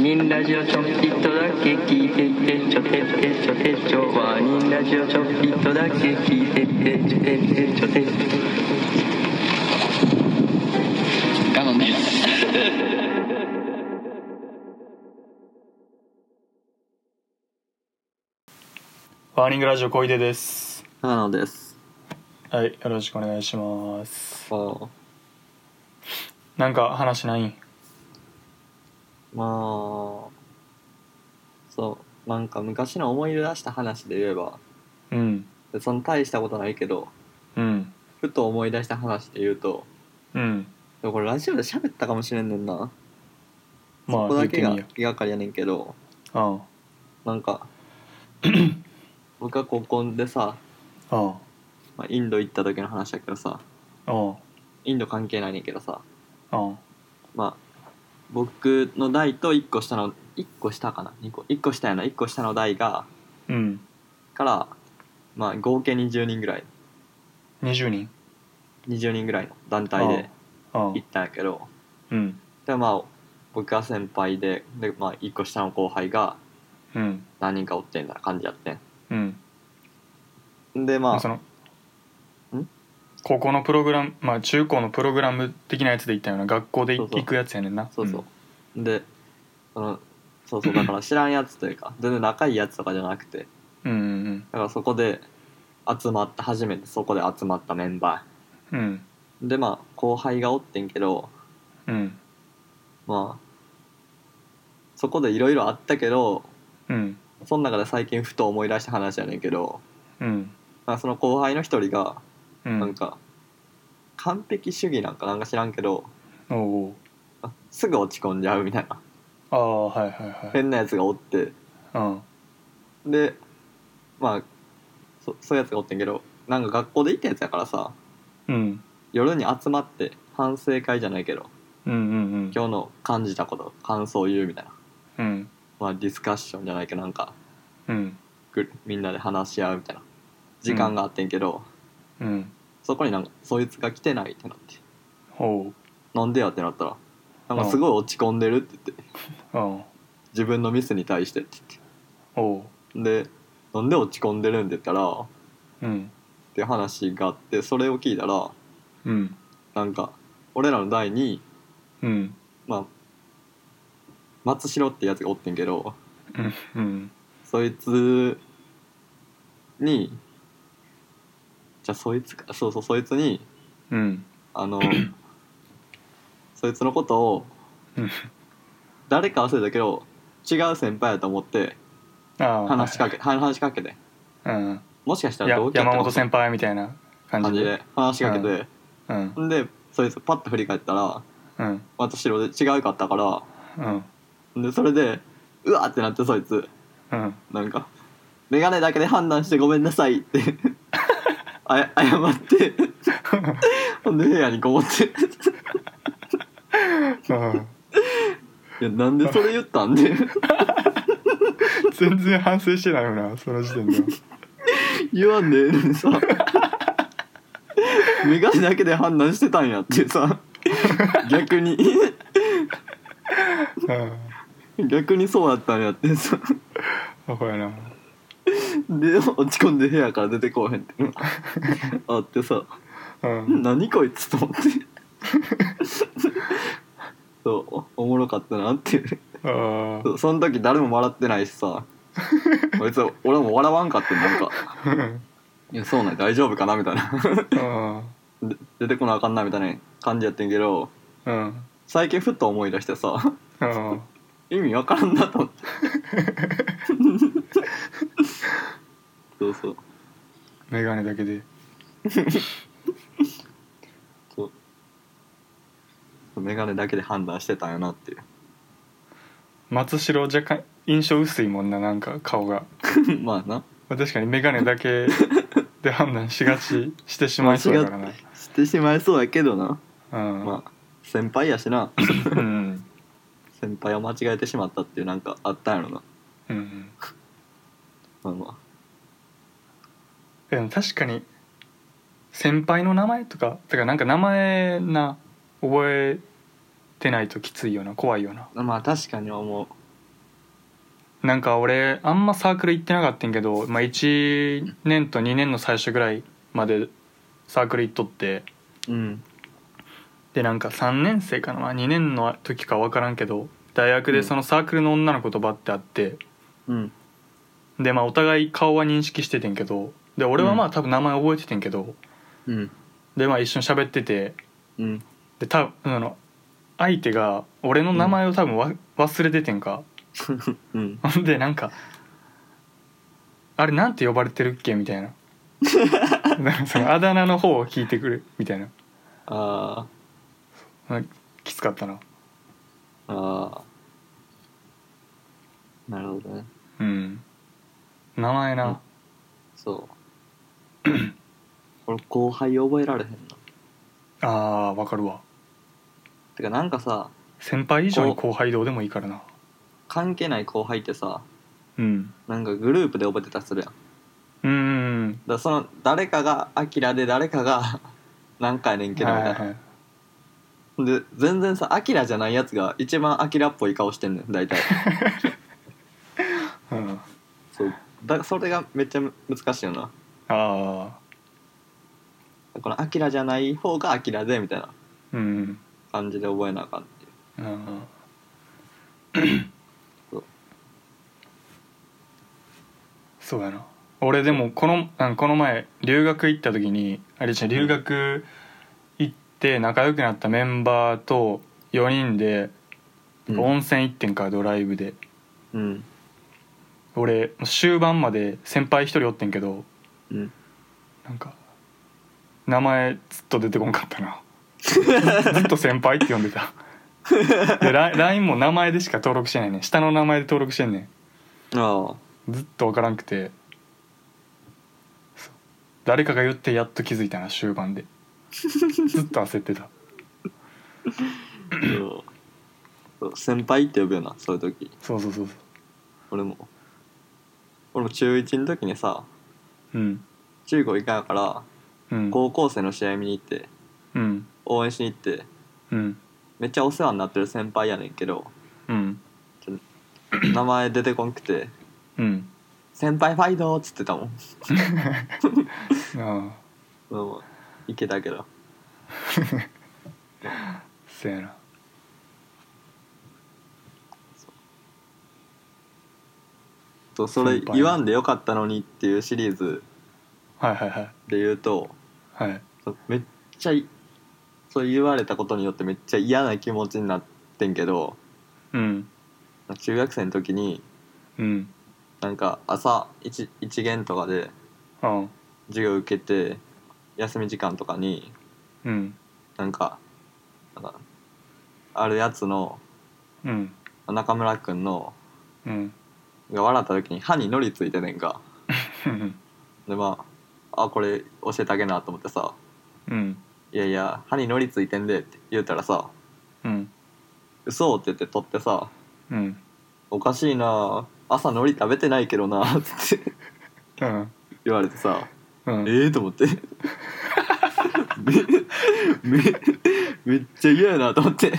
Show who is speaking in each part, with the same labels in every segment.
Speaker 1: ニンラジオちょっぴっとだけ聞いてってちょてってちょてちょワニンラジオちょっぴっとだけ聞いてってちょてってちょてっちょ
Speaker 2: 我慢です
Speaker 3: ワーニングラジオ小出です
Speaker 4: 長野です
Speaker 3: はいよろしくお願いします
Speaker 4: ああ
Speaker 3: なんか話ないん
Speaker 4: まあそうなんか昔の思い出出した話で言えば
Speaker 3: うん
Speaker 4: そんな大したことないけど
Speaker 3: うん
Speaker 4: ふと思い出した話で言うと
Speaker 3: うん
Speaker 4: でもこれラジオで喋ったかもしれんねんな
Speaker 3: ま
Speaker 4: こ
Speaker 3: あ
Speaker 4: こ
Speaker 3: 言
Speaker 4: だ
Speaker 3: っ
Speaker 4: け
Speaker 3: て
Speaker 4: が
Speaker 3: みよ
Speaker 4: 気がかりやねんけど
Speaker 3: あ
Speaker 4: なんか 僕は高校でさ、
Speaker 3: ああ
Speaker 4: まあ、インド行った時の話だけどさ
Speaker 3: ああ
Speaker 4: インド関係ないねんけどさ
Speaker 3: ああ
Speaker 4: まあ僕の代と1個下の1個下かな2個1個下やな1個下の代が
Speaker 3: うん
Speaker 4: からまあ合計20人ぐらい
Speaker 3: 20人
Speaker 4: 20人ぐらいの団体で
Speaker 3: ああ
Speaker 4: 行ったんやけど
Speaker 3: うん
Speaker 4: でまあ僕が先輩でで、まあ、1個下の後輩が
Speaker 3: うん
Speaker 4: 何人かおってみたいな感じやって
Speaker 3: うん
Speaker 4: んでま
Speaker 3: そ
Speaker 4: あ
Speaker 3: の高校のプログラムまあ中高のプログラム的なやつで行ったような学校で
Speaker 4: そうそう
Speaker 3: 行くやつやねんな
Speaker 4: そうそう、でそのそうそうだから知らんやつというか全然仲いいやつとかじゃなくて
Speaker 3: うんうん
Speaker 4: だからそこで集まった初めてそこで集まったメンバ
Speaker 3: うんうん
Speaker 4: ーでまあ後輩がおってんけど
Speaker 3: うん
Speaker 4: まあそこでいろいろあったけど
Speaker 3: うん
Speaker 4: その中で最近ふと思い出した話やねんけど、
Speaker 3: うん
Speaker 4: まあ、その後輩の一人が
Speaker 3: う
Speaker 4: なん
Speaker 3: ん
Speaker 4: か完璧主義なんかなんか知らんけど
Speaker 3: おお
Speaker 4: あすぐ落ち込んじゃうみたいな
Speaker 3: ああはいはいはい
Speaker 4: 変なやつがおって
Speaker 3: うん
Speaker 4: でまあそそういうやつがおってんけどなんか学校で行ったやつやからさ
Speaker 3: うん
Speaker 4: 夜に集まって反省会じゃないけど
Speaker 3: うんうんうん
Speaker 4: 今日の感じたこと感想を言うみたいな、
Speaker 3: うん
Speaker 4: まあ、ディスカッションじゃないけどなんか
Speaker 3: うん
Speaker 4: ぐみんなで話し合うみたいな時間があってんけど、
Speaker 3: うん
Speaker 4: そこになんかそいつが来てないってなって
Speaker 3: ほ
Speaker 4: なんでやってなったらなんかすごい落ち込んでるって言って
Speaker 3: ううん
Speaker 4: 自分のミスに対してって言って。
Speaker 3: おう
Speaker 4: でなんで落ち込んでるんでったらっ
Speaker 3: うん
Speaker 4: ていう話があってそれを聞いたら
Speaker 3: うん
Speaker 4: なんか俺らの代に
Speaker 3: うん
Speaker 4: まあ松代ってやつがおってんけど
Speaker 3: うんうん
Speaker 4: そいつにじゃあそいつかそうそうそいつに
Speaker 3: うん
Speaker 4: あのそいつのことを
Speaker 3: うん
Speaker 4: 誰か忘れたけど違う先輩やと思って
Speaker 3: ああ
Speaker 4: 話しかけ、はい話しかけて
Speaker 3: うん
Speaker 4: もしかしたら
Speaker 3: や
Speaker 4: 同期やっ
Speaker 3: 山
Speaker 4: たかも
Speaker 3: 本先輩みたいな感
Speaker 4: 感
Speaker 3: じ
Speaker 4: じ
Speaker 3: で
Speaker 4: で話しかけて。
Speaker 3: うん
Speaker 4: んでそいつパッと振り返ったら
Speaker 3: うん
Speaker 4: 私白で違うかったか
Speaker 3: うん
Speaker 4: らでそれでうわーってなってそいつ
Speaker 3: うん
Speaker 4: なんか「眼鏡だけで判断してごめんなさい」ってあや謝ってほんで部屋にこもって
Speaker 3: うん
Speaker 4: 「いやなんでそれ言ったん?」で
Speaker 3: 全然反省してないよなその時点では
Speaker 4: 言わんでええのにさ眼鏡だけで判断してたんやってさ逆に逆にそうやったんやってさ
Speaker 3: うんほやな
Speaker 4: で落ち込んで部屋から出てこうへんっていうのがあってさ
Speaker 3: うん
Speaker 4: 何こいつと思ってそうおおもろかったなっていう
Speaker 3: ああ
Speaker 4: そうその時誰も笑ってないしさ別に俺も笑わんかってなんか
Speaker 3: うん
Speaker 4: いやそうなん大丈夫かなみたいな
Speaker 3: うん
Speaker 4: で出てこなあかんなみたいな感じやってんけど
Speaker 3: うん
Speaker 4: 最近ふっと思い出してさ
Speaker 3: うん
Speaker 4: 意味わからんなと思ってそうそう
Speaker 3: 眼鏡だけで
Speaker 4: そう眼鏡だけで判断してたんやなっていう
Speaker 3: 松代若干印象薄いもんななんか顔が
Speaker 4: まあな
Speaker 3: まあ確かに眼鏡だけで判断しがちしてしまいそうだからな
Speaker 4: してしまいそうやけどな
Speaker 3: うん
Speaker 4: まあ先輩やし な
Speaker 3: うん
Speaker 4: 先輩を間違えてしまったっていうなんかあったんやろな
Speaker 3: うん
Speaker 4: まあま
Speaker 3: でも確かに先輩の名前とかだからなんか名前な覚えてないときついよな怖いよな
Speaker 4: あまあ確かに思う
Speaker 3: なんか俺あんまサークル行ってなかったんやけど、まあ、1年と2年の最初ぐらいまでサークル行っとって
Speaker 4: うん
Speaker 3: でなんか3年生かな、まあ、2年の時か分からんけど大学でそのサークルの女の子とばって会って、
Speaker 4: うん
Speaker 3: でまあお互い顔は認識しててんけどで俺はま
Speaker 4: う
Speaker 3: あ多分名前覚えててんけど、
Speaker 4: うん
Speaker 3: でまあ一緒に喋ってて
Speaker 4: うん
Speaker 3: で多分あの相手が俺の名前を多分わ、忘れててんか
Speaker 4: うん
Speaker 3: ほんでなんか「あれなんて呼ばれてるっけ?」みたい ななんかそのあだ名の方を聞いてくるみたいな
Speaker 4: あ
Speaker 3: なんかきつかったな
Speaker 4: あああなるほどね
Speaker 3: うん名前な、
Speaker 4: うん そう俺後輩覚えられへんな
Speaker 3: ああわかるわ
Speaker 4: てかなんかさ
Speaker 3: 先輩以上に後輩どうでもいいからな
Speaker 4: 関係ない後輩ってさ
Speaker 3: うん
Speaker 4: なんかグループで覚えてたりするやんだか
Speaker 3: うーん
Speaker 4: らその誰かがアキラで誰かが なんかやねんけどみ
Speaker 3: は
Speaker 4: た
Speaker 3: い
Speaker 4: いな、
Speaker 3: はいはい
Speaker 4: で全然さアキラじゃないやつが一番アキラっぽい顔してんねん大体
Speaker 3: うん、あ
Speaker 4: そうだそれがめっちゃ難しいよな
Speaker 3: あ
Speaker 4: このアキラじゃない方がアキラでみたいな
Speaker 3: うん
Speaker 4: 感じで覚えなあかんってい
Speaker 3: うん
Speaker 4: うそう
Speaker 3: そうやな俺でもこのあのこの前留学行った時にあれじゃん留学行って仲良くなったメンバーと4人で
Speaker 4: うん
Speaker 3: 温泉行ってんかドライブで
Speaker 4: うん
Speaker 3: 俺終盤まで先輩一人おってんけど
Speaker 4: うん
Speaker 3: なんか名前ずっと出てこんかったなずっと先輩って呼んでたで LINE LINE も名前でしか登録してないねん下の名前で登録してんねん
Speaker 4: あ
Speaker 3: ずっと分からんくてそう誰かが言ってやっと気づいたな終盤でずっと焦ってた
Speaker 4: あそうそう先輩って呼ぶよなそういう時
Speaker 3: そうそうそうそ
Speaker 4: 俺も俺も中1の時にさ
Speaker 3: ううん
Speaker 4: 中5以下やから
Speaker 3: うん
Speaker 4: 高校生の試合見に行って
Speaker 3: うん
Speaker 4: 応援しに行って
Speaker 3: うん
Speaker 4: めっちゃお世話になってる先輩やねん けど
Speaker 3: うん
Speaker 4: 名前出てこんくて
Speaker 3: うん
Speaker 4: 「先輩ファイド!」っつってたもん
Speaker 3: ああ
Speaker 4: もういけたけど
Speaker 3: せやな
Speaker 4: そうそれ
Speaker 3: 先輩
Speaker 4: 言わんでよかったのにっていうシリーズ
Speaker 3: はいはいはい
Speaker 4: で言うと
Speaker 3: はい
Speaker 4: そうめっちゃいそう言われたことによってめっちゃ嫌な気持ちになってんけど
Speaker 3: うん
Speaker 4: 中学生の時に
Speaker 3: うん
Speaker 4: なんか朝 1, 一限とかで
Speaker 3: ああ
Speaker 4: 授業受けて休み時間とかに
Speaker 3: うん
Speaker 4: なんかなんかあるやつの
Speaker 3: うん
Speaker 4: 中村くんの
Speaker 3: うん
Speaker 4: が笑った時に歯にのりついてねんか
Speaker 3: うん
Speaker 4: でまああこれ教えてあげなと思ってさ
Speaker 3: うん
Speaker 4: 「いやいや歯にのりついてんで」って言うたらさ
Speaker 3: うん
Speaker 4: 「嘘って言って取ってさ
Speaker 3: うん
Speaker 4: 「おかしいな朝のり食べてないけどな」って
Speaker 3: うん
Speaker 4: 言われてさ
Speaker 3: う
Speaker 4: え
Speaker 3: ん
Speaker 4: ー、と思ってめめめっちゃ嫌やなと思って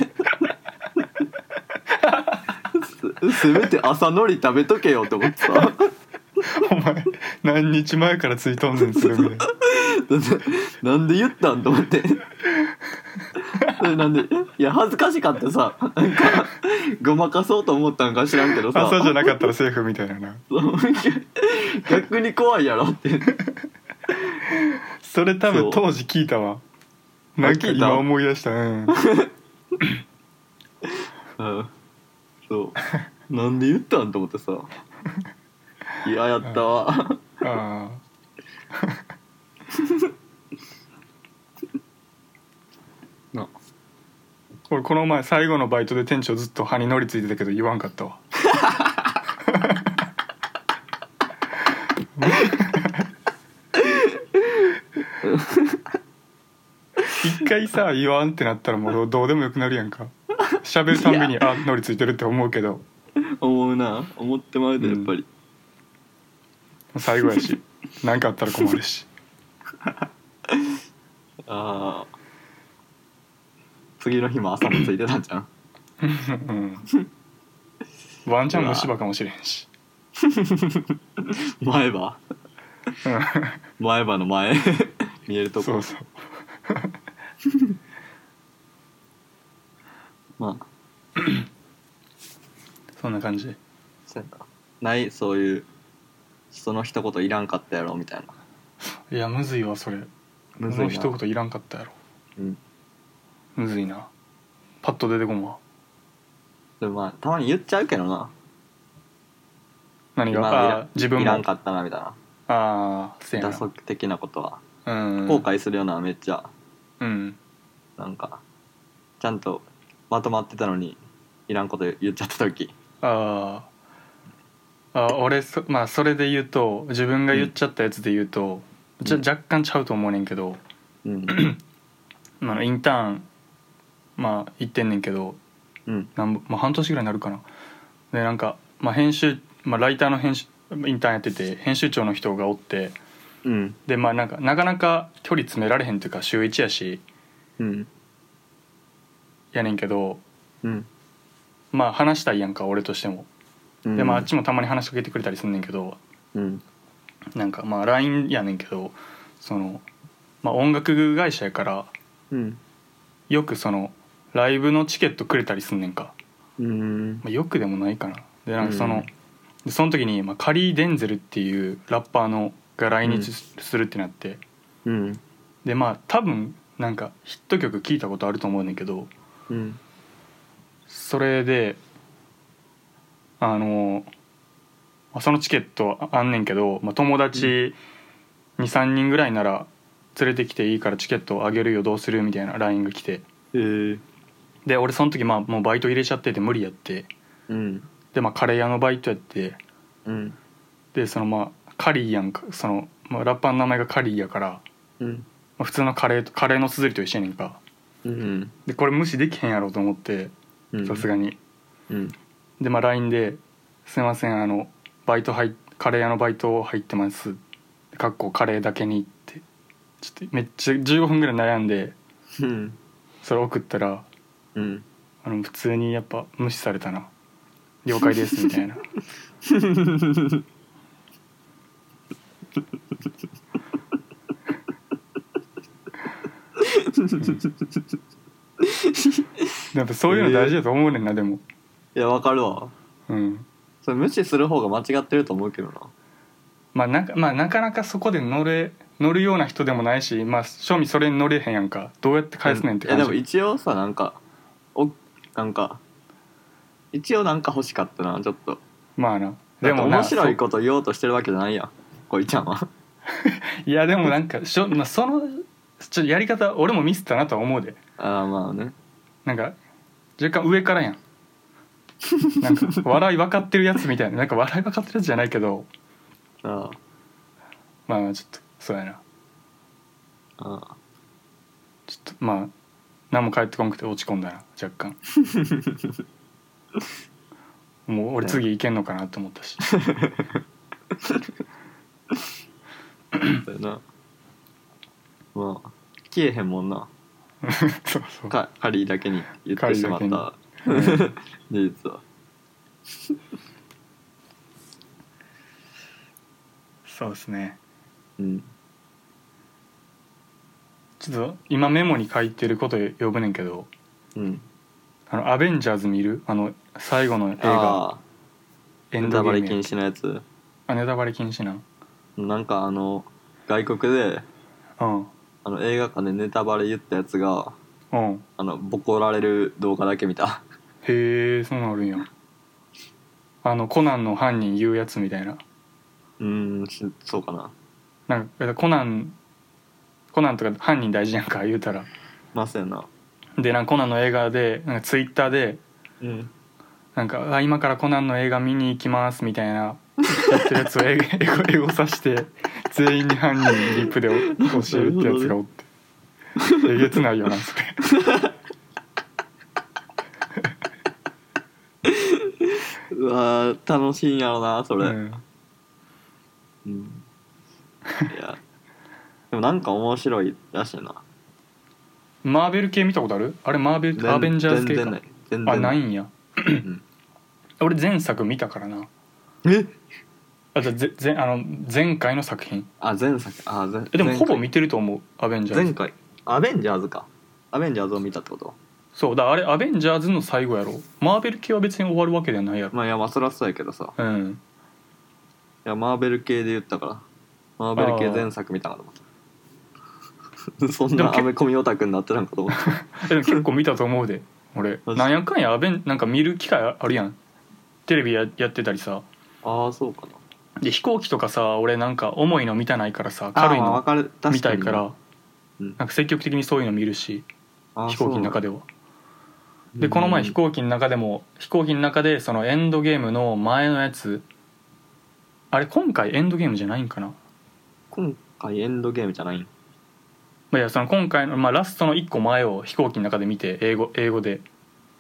Speaker 4: すすべて朝のり食べとけよと思ってさ
Speaker 3: お前何日前からついとんねんそれぐらい
Speaker 4: なんで言ったんと思ってそれなんでいや恥ずかしかってさなんかごまかそうと思ったんか知らんけどさ
Speaker 3: 朝じゃなかったらセーフみたいなな
Speaker 4: そう 逆に怖いやろって
Speaker 3: それ多
Speaker 4: そ
Speaker 3: 分
Speaker 4: う
Speaker 3: 当時聞いたわなんか
Speaker 4: 聞いた
Speaker 3: 今思い出したうん
Speaker 4: うんそうなんで言ったんと思ってさ嫌やったわ
Speaker 3: あ
Speaker 4: な
Speaker 3: ー俺この前最後のバイトで店長ずっと歯にのりついてたけど言わんかったわ一回さ言わんってなったらもうどうでもよくなるやんか喋るたんびにあのりついてるって思うけど
Speaker 4: 思うな思ってまうでやっぱり、
Speaker 3: 最後やし何かあったら困るし
Speaker 4: ああ次の日も朝もついてたんじゃん
Speaker 3: うんワンチャン虫歯かもしれんし
Speaker 4: 前歯前歯の前見える
Speaker 3: う
Speaker 4: と
Speaker 3: んそ
Speaker 4: こ
Speaker 3: うそう
Speaker 4: まあ
Speaker 3: そんな感じ
Speaker 4: そうやなないそういうその一言いらんかったやろみたいない
Speaker 3: やむずいわそれ
Speaker 4: むずい
Speaker 3: そ
Speaker 4: な
Speaker 3: の一言いらんかったやろ
Speaker 4: うん
Speaker 3: むずいなパッと出てこんわ
Speaker 4: でもまあたまに言っちゃうけどな
Speaker 3: 何
Speaker 4: 今の
Speaker 3: が
Speaker 4: いら
Speaker 3: あー自分
Speaker 4: い
Speaker 3: も
Speaker 4: ら
Speaker 3: あ
Speaker 4: んかったなみたいな
Speaker 3: あーせや
Speaker 4: 打
Speaker 3: な
Speaker 4: 足的なことは
Speaker 3: うん
Speaker 4: 後悔するようなめっちゃ
Speaker 3: うん
Speaker 4: なんかちゃんとまとまってたのにいらんこと言っちゃった時
Speaker 3: あーあー俺そまあそれで言うと自分が言っちゃったやつで言うと、じゃ
Speaker 4: うん
Speaker 3: 若干ちゃうと思うねんけど、
Speaker 4: うん
Speaker 3: まあ、インターンまあ行ってんねんけど
Speaker 4: うん
Speaker 3: なんぼまあ、半年ぐらいになるかなでなんか、まあ、編集、まあ、ライターの編集インターンやってて編集長の人がおって
Speaker 4: うん
Speaker 3: でまあなんかなかなか距離詰められへんっていうか週1やし
Speaker 4: うん
Speaker 3: やねんけど
Speaker 4: うん
Speaker 3: まあ話したいやんか俺としても
Speaker 4: うん
Speaker 3: でまああっちもたまに話しかけてくれたりすんねんけど
Speaker 4: うん
Speaker 3: なんかまあ LINE やねんけどその、まあ、音楽会社やから
Speaker 4: うん
Speaker 3: よくそのライブのチケットくれたりすんねんか、
Speaker 4: うん
Speaker 3: まあ、よくでもないかなでなんかその、
Speaker 4: うん
Speaker 3: でその時に、まあ、カリー・デンゼルっていうラッパーのが来日するってなって、
Speaker 4: うん
Speaker 3: でまあ多分なんかヒット曲聞いたことあると思うねんけど
Speaker 4: うん
Speaker 3: それであのまあそのチケットああんねんけど、まあ、友達23人ぐらいなら連れてきていいからチケットあげるよどうするみたいな LINE が来て
Speaker 4: えー
Speaker 3: で俺その時まあもうバイト入れちゃってて無理やって
Speaker 4: うん
Speaker 3: でまあカレー屋のバイトやって
Speaker 4: うん
Speaker 3: でそのまあカリーやんかその、まあ、ラッパーの名前がカリーやから、ま
Speaker 4: うん
Speaker 3: あ、普通のカレーとカレーの綴りと一緒やねんか
Speaker 4: うん
Speaker 3: でこれ無視できへんやろうと思って
Speaker 4: うん
Speaker 3: さすがに
Speaker 4: うん
Speaker 3: で、まあ、LINE で「すいませんあのバイト入っカレー屋のバイト入ってます」かっこカレーだけに」ってちょっとめっちゃ15分ぐらい悩んで
Speaker 4: うん
Speaker 3: それ送ったら
Speaker 4: うん
Speaker 3: あの普通にやっぱ無視されたな「了解です」みたいなやっぱそういうの大事だと思うねんな、でも
Speaker 4: いやわかるわ
Speaker 3: うん
Speaker 4: それ無視する方が間違ってると思うけどな
Speaker 3: まあなんかまあなかなかそこで乗れ乗るような人でもないしまあ正味それに乗れへんやんかどうやって返すねんって
Speaker 4: いや
Speaker 3: 感
Speaker 4: で
Speaker 3: じ、
Speaker 4: も一応さなんかおなんか一応なんか欲しかったなちょっと
Speaker 3: まあな
Speaker 4: で
Speaker 3: で
Speaker 4: も
Speaker 3: もな
Speaker 4: 面白い
Speaker 3: そ
Speaker 4: こと言おうとしてるわけじゃないやんこいちゃ んは
Speaker 3: いやでもなんかしょ、まあ、そのちょやり方俺もミスったなとは思うで
Speaker 4: ああまあね
Speaker 3: なんか若干上からやんなん か笑い分かってるやつみたいななんか笑い分かってるやつじゃないけど
Speaker 4: あ
Speaker 3: まあまあちょっとそうやな
Speaker 4: ああ
Speaker 3: ちょっとまあ何も返ってこなくて落ち込んだな若 干もう俺次いけんのかなと思った し
Speaker 4: あだよなまあ消えへんもんな
Speaker 3: そうそう
Speaker 4: カカリーだけに言ってしまっ
Speaker 3: カリー
Speaker 4: た
Speaker 3: うん
Speaker 4: 事実は
Speaker 3: そうですね
Speaker 4: うん
Speaker 3: ちょっと今メモに書いてること呼ぶねんけど
Speaker 4: うん
Speaker 3: 「あのアベンジャーズ」見るあの最後の映画
Speaker 4: ああ
Speaker 3: 「エ
Speaker 4: ネ
Speaker 3: ン
Speaker 4: タ
Speaker 3: ドゲ
Speaker 4: バレ
Speaker 3: ーム
Speaker 4: 禁
Speaker 3: や」
Speaker 4: 止のやつ
Speaker 3: あネタバレ禁止なん
Speaker 4: なんかあの外国で
Speaker 3: うん
Speaker 4: あの映画館でネタバレ言ったやつが
Speaker 3: うん
Speaker 4: あのボコられる動画だけ見た
Speaker 3: へえそうなんあるんやあのコナンの犯人言うやつみたいな
Speaker 4: うーんしそうかな
Speaker 3: なんかコナンコナンとか犯人大事やんか言うたら
Speaker 4: まさやな
Speaker 3: でなんかコナンの映画でなんかツイッターで
Speaker 4: うん
Speaker 3: なんかあ「今からコナンの映画見に行きます」みたいなやってるやつを 英語英語英語さして全員に犯人にリップでお教えるってやつがおってえげつないよなそれ
Speaker 4: うわー楽しいんやろなそれ、
Speaker 3: うん
Speaker 4: うんいやでもなんか面白いらしいな
Speaker 3: マーベル系見たことあるあれマーベル アベンジャーズ系
Speaker 4: 全然な
Speaker 3: か
Speaker 4: い全然
Speaker 3: あないいんや
Speaker 4: うん
Speaker 3: 俺前作見たからな
Speaker 4: え
Speaker 3: あじゃあぜぜあの前回の作品
Speaker 4: あ前作あ前
Speaker 3: えでもほぼ
Speaker 4: 前
Speaker 3: 見てると思うアベンジャー
Speaker 4: 回
Speaker 3: ズ
Speaker 4: 前回アベンジャーズかアベンジャーズを見たってこと
Speaker 3: そうだからあれアベンジャーズの最後やろマーベル系は別に終わるわけではないやろ
Speaker 4: まあいやまあそりゃそうやけどさ
Speaker 3: うん
Speaker 4: いやマーベル系で言ったからマーベル系前作見たかと思った そん
Speaker 3: でも
Speaker 4: な
Speaker 3: け
Speaker 4: アメコミオタクになってたんかと思った
Speaker 3: えでも結構見たと思うで俺
Speaker 4: マジ
Speaker 3: なんやかんやアベンなんか見る機会あるやんテレビややってたりさ
Speaker 4: ああそうかな
Speaker 3: で飛行機とかさ俺なんか重いの見たないからさ
Speaker 4: あ
Speaker 3: 軽
Speaker 4: ー
Speaker 3: い
Speaker 4: まあわ
Speaker 3: の
Speaker 4: かる確かに
Speaker 3: 見たいから
Speaker 4: うん
Speaker 3: なんか積極的にそういうの見るし
Speaker 4: あー
Speaker 3: 飛行機の中
Speaker 4: そう
Speaker 3: ではでこの前飛行機の中でも飛行機の中でそのエンドゲームの前のやつあれ今回エンドゲームじゃないんかな、
Speaker 4: 今回エンドゲームじゃないん
Speaker 3: まあ、いやその今回の、まあ、ラストの1個前を飛行機の中で見て英語英語で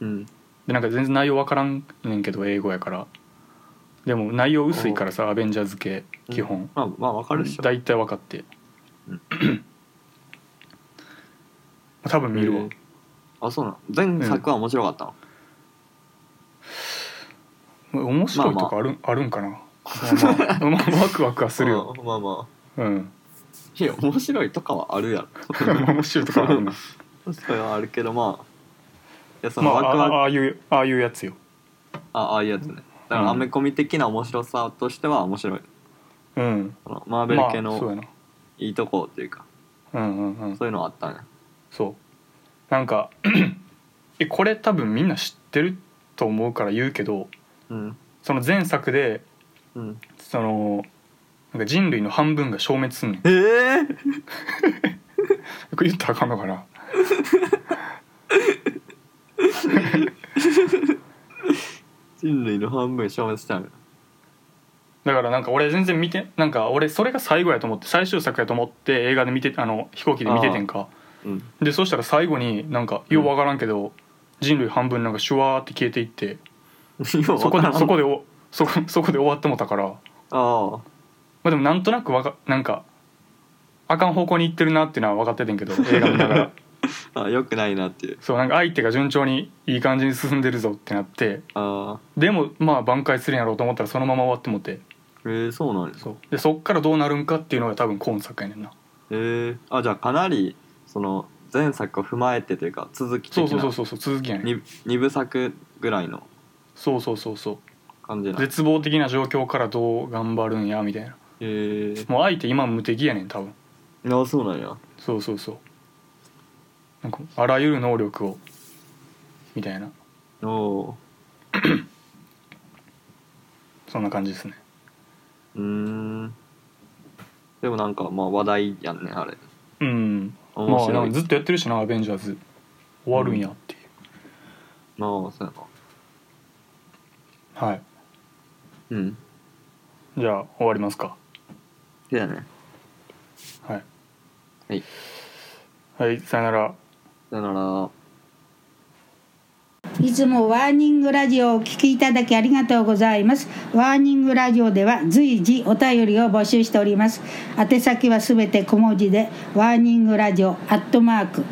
Speaker 4: うん
Speaker 3: でなんか全然内容わからんねんけど英語やからでも内容薄いからさアベンジャーズ系基本、
Speaker 4: まあまあわかるっしょ
Speaker 3: 大体分かって、
Speaker 4: うん
Speaker 3: 多分見るわ、
Speaker 4: へーあそうなの前作は面白かったの、
Speaker 3: 面白いとかある,、あ、るんかな、まあまあまあワクワクはするよ、
Speaker 4: あーまあま あ
Speaker 3: うん、
Speaker 4: いや面白いとかはあるや ろ
Speaker 3: 面白いとかあるな
Speaker 4: それはあるけどまあいやそ
Speaker 3: ま
Speaker 4: のワ
Speaker 3: あ、
Speaker 4: クワク、
Speaker 3: あああいうああいうやつよ
Speaker 4: あ、ああいうやつねだか
Speaker 3: うん
Speaker 4: らアメコミ的な面白さとしては面白い
Speaker 3: うん
Speaker 4: そのマーベル
Speaker 3: まあ
Speaker 4: 系
Speaker 3: そうや
Speaker 4: の
Speaker 3: ない
Speaker 4: いとこっていうか、
Speaker 3: うんうんうん
Speaker 4: そういうのはあったね
Speaker 3: そうなんか えこれ多分みんな知ってると思うから言うけど
Speaker 4: うん
Speaker 3: その前作で
Speaker 4: うん
Speaker 3: そのなんか人類の 半分が消滅すんねん
Speaker 4: ええ
Speaker 3: これ言ったらあかんのかな
Speaker 4: 人類の半分消滅したんや
Speaker 3: だからなんか俺全然見てなんか俺それが最後やと思って最終作やと思って映画で見てあの飛行機で見ててんか
Speaker 4: うん
Speaker 3: でそしたら最後になんかようわからんけど、人類半分なんかシュワーって消えていってそ
Speaker 4: そ
Speaker 3: こで そこで
Speaker 4: で
Speaker 3: おそこそこで終わってもたからま
Speaker 4: あ
Speaker 3: あでもなんとなくわかなんかあかん方向に行ってるなっていうのは分かっててんけど映画見なが ら
Speaker 4: ああよくないなっていう
Speaker 3: そうなんか相手が順調にいい感じに進んでるぞってなって
Speaker 4: ああ
Speaker 3: でもまあ挽回するんやろうと思ったらそのまま終わってもって
Speaker 4: えー、そうなんです
Speaker 3: そうでそっからどうなるんかっていうのが多分今作やねんな
Speaker 4: えー、あじゃあかなりその前作を踏まえてというか続き的
Speaker 3: そう
Speaker 4: な
Speaker 3: そうそうそうそう続きやねん
Speaker 4: に二部作ぐらいの
Speaker 3: そうそうそうそう
Speaker 4: 感じなの
Speaker 3: 絶望的な状況からどう頑張るんやみたいな
Speaker 4: へえー、
Speaker 3: もう相手今無敵やねん多分
Speaker 4: ああそうなんや
Speaker 3: そうそうそうなんかあらゆる能力をみたいな
Speaker 4: おお
Speaker 3: そんな感じですね
Speaker 4: うーんでもなんかまあ話題やんねあれ
Speaker 3: うん
Speaker 4: 面
Speaker 3: まあ
Speaker 4: 白
Speaker 3: ないんかずっとやってるしなアベンジャーズ終わるんやっていう、
Speaker 4: まあそうやな
Speaker 3: はい
Speaker 4: うん
Speaker 3: じゃあ終わりますか
Speaker 4: そうやね
Speaker 3: はい
Speaker 4: はい
Speaker 3: はいさよなら
Speaker 4: だから
Speaker 5: いつもワーニングラジオをお聞きいただきありがとうございます。ワーニングラジオでは随時お便りを募集しております。宛先はすべて小文字で、ワーニングラジオアットマーク、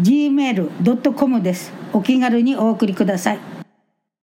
Speaker 5: gmail.com です。お気軽にお送りください。